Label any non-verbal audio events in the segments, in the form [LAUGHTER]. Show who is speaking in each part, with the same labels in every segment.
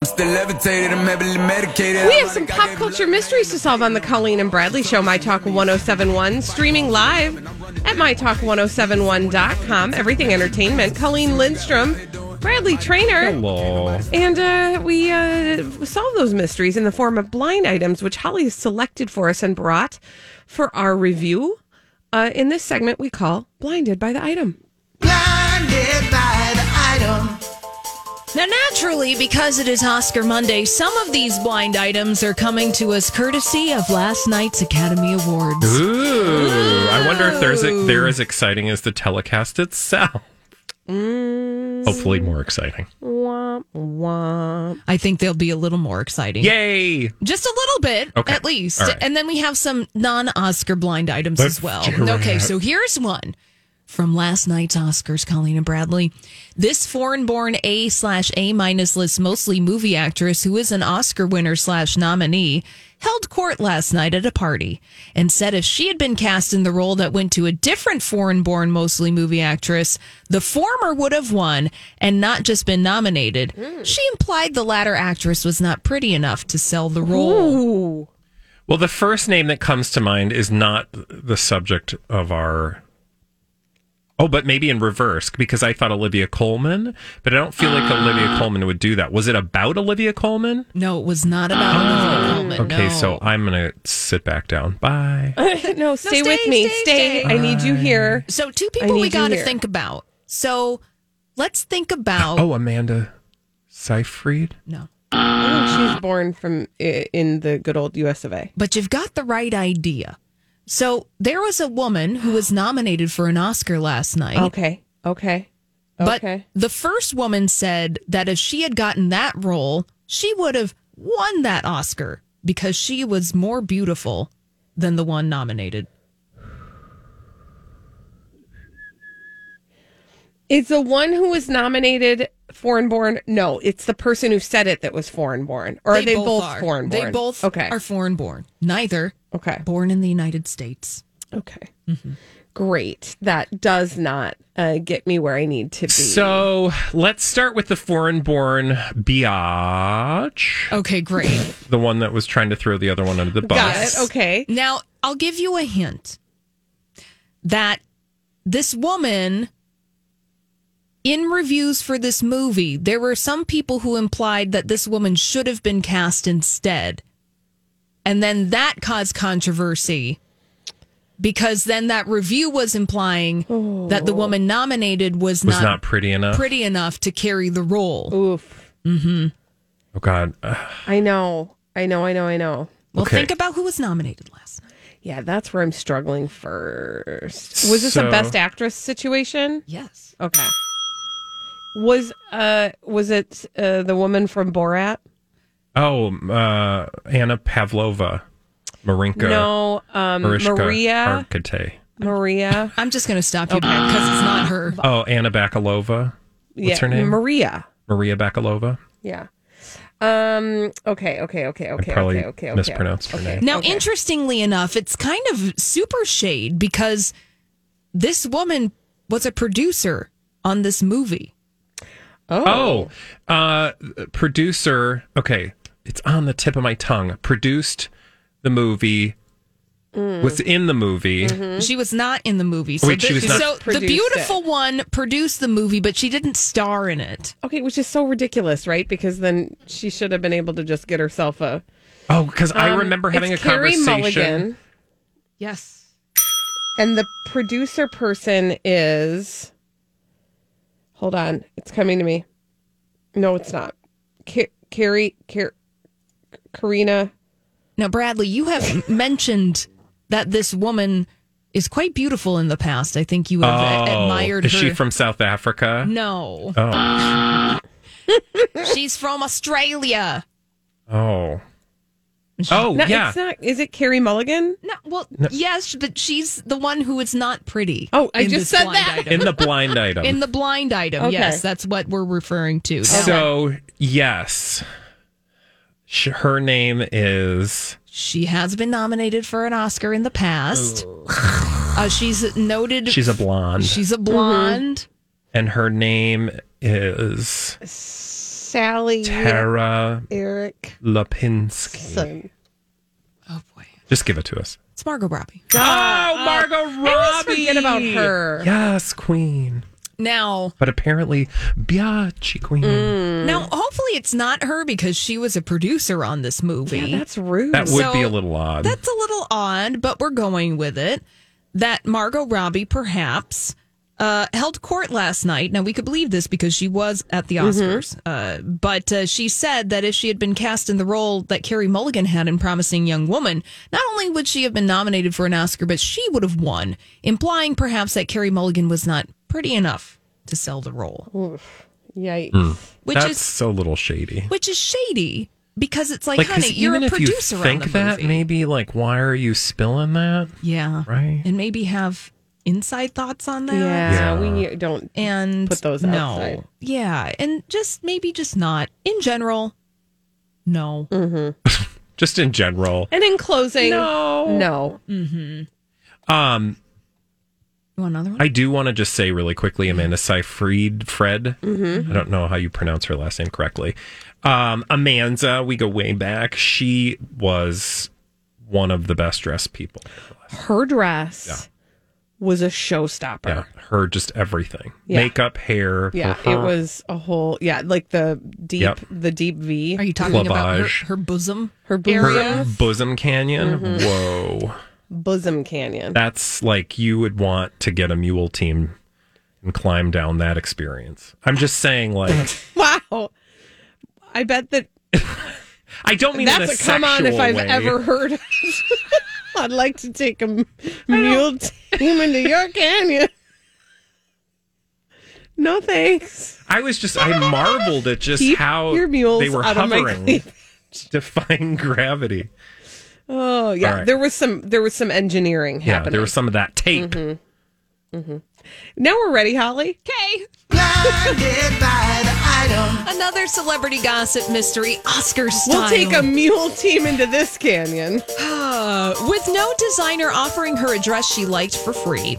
Speaker 1: I'm still levitated, I'm heavily medicated.
Speaker 2: We have some pop culture mysteries to solve on the Colleen and Bradley Show, My Talk 1071, streaming live at MyTalk1071.com. Everything Entertainment. Colleen Lindstrom, Bradley Trainer.
Speaker 3: Hello.
Speaker 2: And uh, we uh, solve those mysteries in the form of blind items, which Holly has selected for us and brought for our review uh, in this segment we call Blinded by the Item.
Speaker 4: blinded by the item.
Speaker 5: Now, naturally, because it is Oscar Monday, some of these blind items are coming to us courtesy of last night's Academy Awards.
Speaker 3: Ooh, I wonder if there's they're as exciting as the telecast itself. Hopefully, more exciting.
Speaker 2: Womp, womp.
Speaker 5: I think they'll be a little more exciting.
Speaker 3: Yay!
Speaker 5: Just a little bit,
Speaker 3: Okay.
Speaker 5: at least.
Speaker 3: All right.
Speaker 5: And then we have some non Oscar blind items
Speaker 3: Let's
Speaker 5: as well.
Speaker 3: do
Speaker 5: Okay,
Speaker 3: it.
Speaker 5: so here's one from last night's Oscars, Colleen and Bradley. This foreign born A slash A minus list, mostly movie actress who is an Oscar winner slash nominee, held court last night at a party and said if she had been cast in the role that went to a different foreign born, mostly movie actress, the former would have won and not just been nominated. She implied the latter actress was not pretty enough to sell the role.
Speaker 2: Ooh. [LAUGHS]
Speaker 3: Well, the first name that comes to mind is not the subject of our. Oh, but maybe in reverse because I thought Olivia Coleman, but I don't feel like Olivia Coleman would do that. Was it about Olivia Coleman?
Speaker 5: No, it was not about Olivia Colman.
Speaker 3: Okay,
Speaker 5: no.
Speaker 3: so I'm gonna sit back down. Bye.
Speaker 2: Oh. no, stay,
Speaker 5: stay,
Speaker 2: with me.
Speaker 5: stay, stay.
Speaker 2: stay. I need you here.
Speaker 5: so two
Speaker 2: I
Speaker 5: people we
Speaker 2: need you
Speaker 5: got to
Speaker 2: here.
Speaker 5: think about. So let's think about
Speaker 3: Oh, Amanda Seyfried.
Speaker 5: no, Ah.
Speaker 2: She's born from i- in the good old U.S. of A.
Speaker 5: but you've got the right idea. So there was a woman who was nominated for an Oscar last night,
Speaker 2: Okay. Okay.
Speaker 5: but
Speaker 2: Oh, okay.
Speaker 5: the first woman said that if she had gotten that role, she would have won that Oscar because she was more beautiful than the one nominated.
Speaker 2: It's the one who was nominated foreign born. No, it's the person who said it that was foreign born. Or are they both,
Speaker 5: are.
Speaker 2: foreign born?
Speaker 5: They both
Speaker 2: okay.
Speaker 5: are foreign born. Neither
Speaker 2: okay.
Speaker 5: born in the United States.
Speaker 2: Okay. Great. That does not uh, get me where I need to be.
Speaker 3: So let's start with the foreign-born biatch,
Speaker 2: Oh.
Speaker 5: Okay, great.
Speaker 3: the one that was trying to throw the other one under the bus.
Speaker 2: got it. Okay.
Speaker 5: now, I'll give you a hint that this woman, in reviews for this movie, there were some people who implied that this woman should have been cast instead. And then that caused controversy because then that review was implying that the woman nominated was,
Speaker 3: Was
Speaker 5: not,
Speaker 3: not pretty enough.
Speaker 5: pretty enough to carry the role.
Speaker 2: Oof.
Speaker 3: Oh God. Ugh.
Speaker 2: I know. I know. I know. I know.
Speaker 5: Well,
Speaker 3: Okay.
Speaker 5: think about who was nominated last night.
Speaker 2: Yeah, that's where I'm struggling first. Was this a
Speaker 3: So-
Speaker 2: best actress situation?
Speaker 5: Yes.
Speaker 2: Okay. Was uh was it uh, the woman from Borat?
Speaker 3: Oh, uh, Anna Pavlova, Marinka,
Speaker 2: No, um,
Speaker 3: Marishka
Speaker 2: Maria.
Speaker 3: Hargitay.
Speaker 2: Maria.
Speaker 5: I'm just going to stop you because it's not her.
Speaker 3: Oh, Anna Bakalova,
Speaker 2: What's
Speaker 3: her name?
Speaker 2: Maria.
Speaker 3: Maria Bakalova.
Speaker 2: Yeah. Um. Okay. Okay. Okay. Okay.
Speaker 3: probably
Speaker 2: okay. Okay. Okay.
Speaker 3: mispronounced her name.
Speaker 5: Now,
Speaker 2: okay.
Speaker 5: interestingly enough, it's kind of super shade because this woman was a producer on this movie.
Speaker 3: Oh, uh, producer. Okay, it's on the tip of my tongue. Produced the movie
Speaker 2: Mm.
Speaker 3: was in the movie.
Speaker 2: Mm-hmm.
Speaker 5: She was not in the movie. So,
Speaker 3: Wait, she
Speaker 5: the,
Speaker 3: was not-
Speaker 5: so the
Speaker 2: Hmm? Produced it.
Speaker 5: beautiful one produced the movie, but she didn't star in it.
Speaker 2: Okay, which is so ridiculous, right? Because then she should have been able to just get herself a. um,
Speaker 3: Oh, because I remember
Speaker 2: It's
Speaker 3: having a
Speaker 2: Carey
Speaker 3: conversation.
Speaker 2: Mulligan,
Speaker 5: Yes.
Speaker 2: and the producer person is. Hold on, it's coming to me. No, it's not. Ca- Carrie, Car- Karina.
Speaker 5: Now, Bradley, you have mentioned that this woman is quite beautiful in the past. I think you have a-
Speaker 3: Oh,
Speaker 5: admired
Speaker 3: is
Speaker 5: her.
Speaker 3: she
Speaker 2: Mm-hmm.
Speaker 3: from South Africa?
Speaker 5: No.
Speaker 3: Oh,
Speaker 5: She's from Australia.
Speaker 3: oh, oh,
Speaker 2: No,
Speaker 3: yeah.
Speaker 2: it's uh, not. Is it Carrie Mulligan?
Speaker 5: No, well, yes, but she's the one who is not pretty.
Speaker 2: Oh, I
Speaker 5: in
Speaker 2: just
Speaker 5: this
Speaker 2: said
Speaker 5: blind
Speaker 2: that.
Speaker 5: item.
Speaker 3: in the blind item.
Speaker 5: In the blind item,
Speaker 2: Okay.
Speaker 5: yes, that's what we're referring to.
Speaker 3: so yes, Sh- her name is.
Speaker 5: She has been nominated for an Oscar in the past. Uh, she's noted.
Speaker 3: She's a blonde,
Speaker 5: She's a blonde.
Speaker 3: and her name is
Speaker 2: Sally
Speaker 3: Tara
Speaker 2: Eric.
Speaker 3: Lipinski.
Speaker 2: Son.
Speaker 5: Oh boy,
Speaker 3: Just give it to us.
Speaker 5: it's Margot Robbie.
Speaker 3: Oh, Margot Robbie.
Speaker 2: I always forget about her.
Speaker 3: Yes, Queen.
Speaker 5: Now,
Speaker 3: But apparently, Biachi Queen.
Speaker 5: now, hopefully, it's not her because she was a producer on this movie.
Speaker 2: That's rude.
Speaker 3: That would
Speaker 5: So-
Speaker 3: be a little odd.
Speaker 5: That's a little odd, but we're going with it. That Margot Robbie perhaps uh, held court last night. Now, we could believe this because she was at
Speaker 3: Mm-hmm.
Speaker 5: the Oscars. Uh, but uh, she said that if she had been cast in the role that Carrie Mulligan had in Promising Young Woman, not only would she have been nominated for an Oscar, but she would have won, implying perhaps that Carrie Mulligan was not pretty enough to sell the role,
Speaker 2: Yikes.
Speaker 3: Hmm.
Speaker 5: which
Speaker 3: That's
Speaker 5: is
Speaker 3: so little shady.
Speaker 5: which is shady because it's like,
Speaker 3: Like, 'cause
Speaker 5: honey, you're
Speaker 3: even
Speaker 5: a
Speaker 3: if you
Speaker 5: producer
Speaker 3: think
Speaker 5: on the
Speaker 3: that,
Speaker 5: movie.
Speaker 3: maybe like, why are you spilling that?
Speaker 5: Yeah.
Speaker 3: Right.
Speaker 5: And maybe have inside thoughts on that.
Speaker 2: Yeah, we don't.
Speaker 5: And
Speaker 2: Put those
Speaker 5: no.
Speaker 2: outside.
Speaker 5: Yeah. And just maybe just not. In general, no.
Speaker 2: Mm.
Speaker 3: Just in general.
Speaker 2: And in closing, no, no,
Speaker 3: Um,
Speaker 5: You want another one?
Speaker 3: I do want to just say really quickly, Amanda Seyfried, Fred.
Speaker 5: Mm-hmm.
Speaker 3: I don't know how you pronounce her last name correctly. Um, Amanda, we go way back. She was one of the best dressed people.
Speaker 2: her dress was a showstopper.
Speaker 3: Yeah, her just everything,
Speaker 2: Yeah.
Speaker 3: makeup, hair.
Speaker 2: Yeah,
Speaker 3: her-
Speaker 2: it was a whole yeah, like the deep
Speaker 3: Uh-huh. Yep.
Speaker 2: the deep V.
Speaker 5: Are you talking about her,
Speaker 3: Clavage.
Speaker 5: her bosom?
Speaker 2: Her bosom,
Speaker 3: her bosom canyon.
Speaker 2: Mm-hmm.
Speaker 3: Whoa,
Speaker 2: bosom canyon.
Speaker 3: that's like you would want to get a mule team and climb down that experience. I'm just saying, like,
Speaker 2: Wow. I bet that
Speaker 3: I don't mean in
Speaker 2: that's a come on if
Speaker 3: sexual
Speaker 2: I've
Speaker 3: way.
Speaker 2: ever heard. it. [LAUGHS] I'd like to take a m- mule team into your canyon. No thanks.
Speaker 3: I was just, I marveled at just
Speaker 2: Keep
Speaker 3: how
Speaker 2: your mules
Speaker 3: they were
Speaker 2: out of my
Speaker 3: [LAUGHS] hovering, defying gravity.
Speaker 2: Oh yeah,
Speaker 3: All right.
Speaker 2: there was some there was some engineering
Speaker 3: Yeah,
Speaker 2: happening. Mm-hmm.
Speaker 3: there was some of that tape.
Speaker 2: now we're ready, Holly.
Speaker 5: Okay.
Speaker 4: Blinded by the item.
Speaker 5: Another celebrity gossip mystery, Oscar style.
Speaker 2: We'll take a mule team into this canyon.
Speaker 5: Uh, with no designer offering her a dress she liked for free.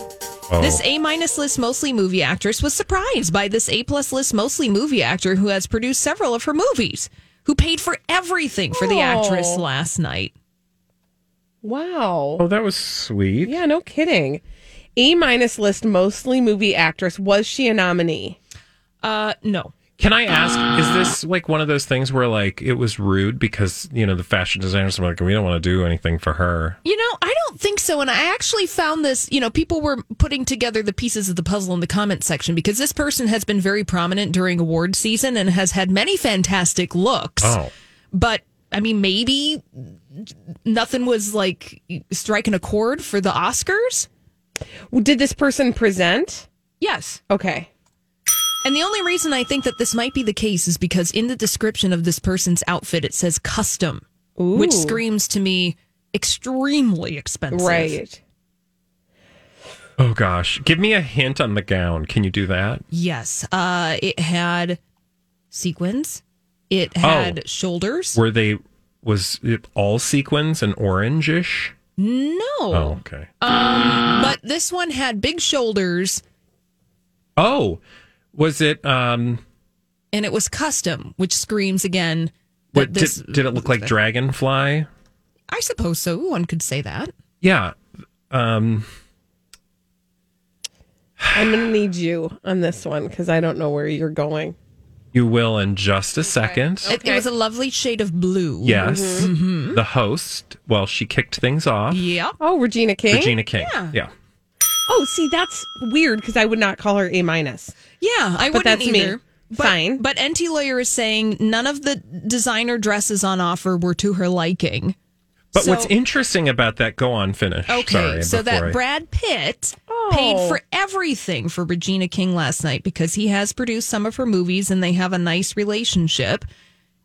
Speaker 3: Oh.
Speaker 5: This A minus list mostly movie actress was surprised by this A plus list mostly movie actor who has produced several of her movies, who paid for everything for the actress
Speaker 2: Oh.
Speaker 5: last night.
Speaker 2: Wow.
Speaker 3: oh, that was sweet.
Speaker 2: Yeah, no kidding. A minus list, mostly movie actress. Was she a nominee?
Speaker 5: Uh, no.
Speaker 3: Can I ask, is
Speaker 2: Ah.
Speaker 3: this like one of those things where like it was rude because, you know, the fashion designers were like, we don't want to do anything for her?
Speaker 5: You know, I don't think so. And I actually found this, you know, people were putting together the pieces of the puzzle in the comment section because this person has been very prominent during award season and has had many fantastic looks.
Speaker 3: Oh.
Speaker 5: but I mean, maybe nothing was like striking a chord for the Oscars.
Speaker 2: Did this person present?
Speaker 5: Yes.
Speaker 2: Okay.
Speaker 5: And the only reason I think that this might be the case is because in the description of this person's outfit, it says custom, which screams to me extremely expensive.
Speaker 2: Right.
Speaker 3: Oh, gosh. Give me a hint on the gown. Can you do that?
Speaker 5: Yes. Uh, it had sequins, it had shoulders.
Speaker 3: Oh. Were they, was it all sequins and orangish?
Speaker 5: No.
Speaker 3: Oh, okay.
Speaker 5: But this one had big shoulders
Speaker 3: Oh, was it, um,
Speaker 5: and it was custom, which screams again. that
Speaker 3: What,
Speaker 5: this,
Speaker 3: did, did it look like dragonfly?
Speaker 5: I suppose so. One could say that.
Speaker 3: Yeah. Um,
Speaker 2: I'm going to need you on this one because I don't know where you're going.
Speaker 3: you will in just a second.
Speaker 5: It, it was a lovely shade of blue.
Speaker 3: Yes. The host, well, she kicked things off.
Speaker 5: Mm-hmm. Yeah.
Speaker 2: Oh, Regina King.
Speaker 3: Regina King.
Speaker 5: Yeah.
Speaker 3: yeah.
Speaker 2: Oh, see, that's weird because I would not call her A minus.
Speaker 5: Yeah. I
Speaker 2: But
Speaker 5: wouldn't
Speaker 2: that's me.
Speaker 5: either. But,
Speaker 2: Fine.
Speaker 5: But NT Lawyer is saying none of the designer dresses on offer were to her liking.
Speaker 3: But
Speaker 5: So-
Speaker 3: what's interesting about that? Go on, finish.
Speaker 5: Okay,
Speaker 3: Sorry,
Speaker 5: so that
Speaker 3: before I-
Speaker 5: Brad Pitt
Speaker 3: Oh.
Speaker 5: paid for everything for Regina King last night because he has produced some of her movies and they have a nice relationship.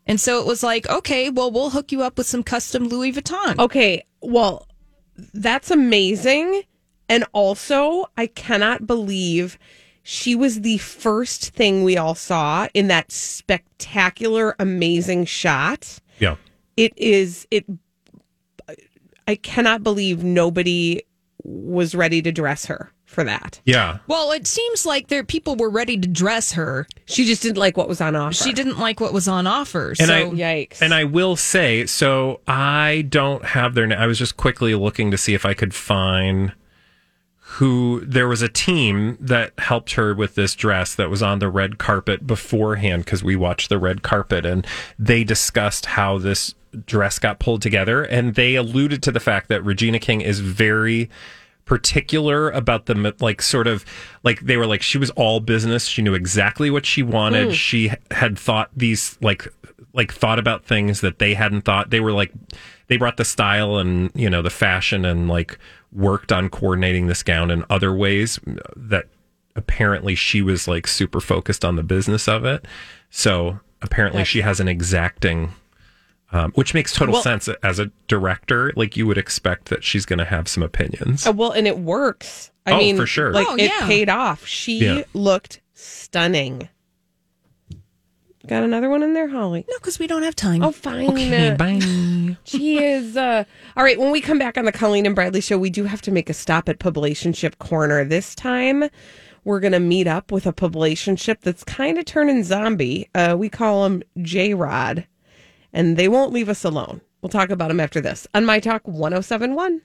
Speaker 5: And so it was like, okay, well, we'll hook you up with some custom Louis Vuitton.
Speaker 3: Oh.
Speaker 2: Okay, well, that's amazing. And also, I cannot believe she was the first thing we all saw in that spectacular, amazing shot.
Speaker 3: yeah,
Speaker 2: It is, it, I cannot believe nobody was ready to dress her for that.
Speaker 3: yeah.
Speaker 5: Well, it seems like there people were ready to dress her.
Speaker 2: She just didn't like what was on offer.
Speaker 5: She didn't like what was on offer.
Speaker 3: And
Speaker 5: so
Speaker 3: I-
Speaker 2: Yikes.
Speaker 3: And I will say, so I don't have their. na- I was just quickly looking to see if I could find who there was a team that helped her with this dress that was on the red carpet beforehand because we watched the red carpet and they discussed how this dress got pulled together and they alluded to the fact that Regina King is very particular about the mi- like sort of like they were like she was all business she knew exactly what she wanted she had thought these like like thought about things that they hadn't thought they were like they brought the style and you know the fashion and like worked on coordinating this gown in other ways that apparently she was like super focused on the business of it so apparently she has an exacting um, which makes total sense as a director like you would expect that she's going to have some opinions
Speaker 2: Uh, well, and it works. I
Speaker 3: Oh,
Speaker 2: mean,
Speaker 3: for sure.
Speaker 2: Like
Speaker 5: Oh,
Speaker 2: it
Speaker 5: yeah.
Speaker 2: paid off. She
Speaker 3: Yeah.
Speaker 2: looked stunning. Got another one in there, Holly.
Speaker 5: no, because we don't have time.
Speaker 2: Oh, fine.
Speaker 3: Okay, bye.
Speaker 2: [LAUGHS] She is. Uh, all right. When we come back on the Colleen and Bradley show, we do have to make a stop at Poblationship Corner. This time, we're going to meet up with a Poblationship that's kind of turning zombie. Uh, we call him J oh Rod, and they won't leave us alone. We'll talk about him after this on My Talk 1071.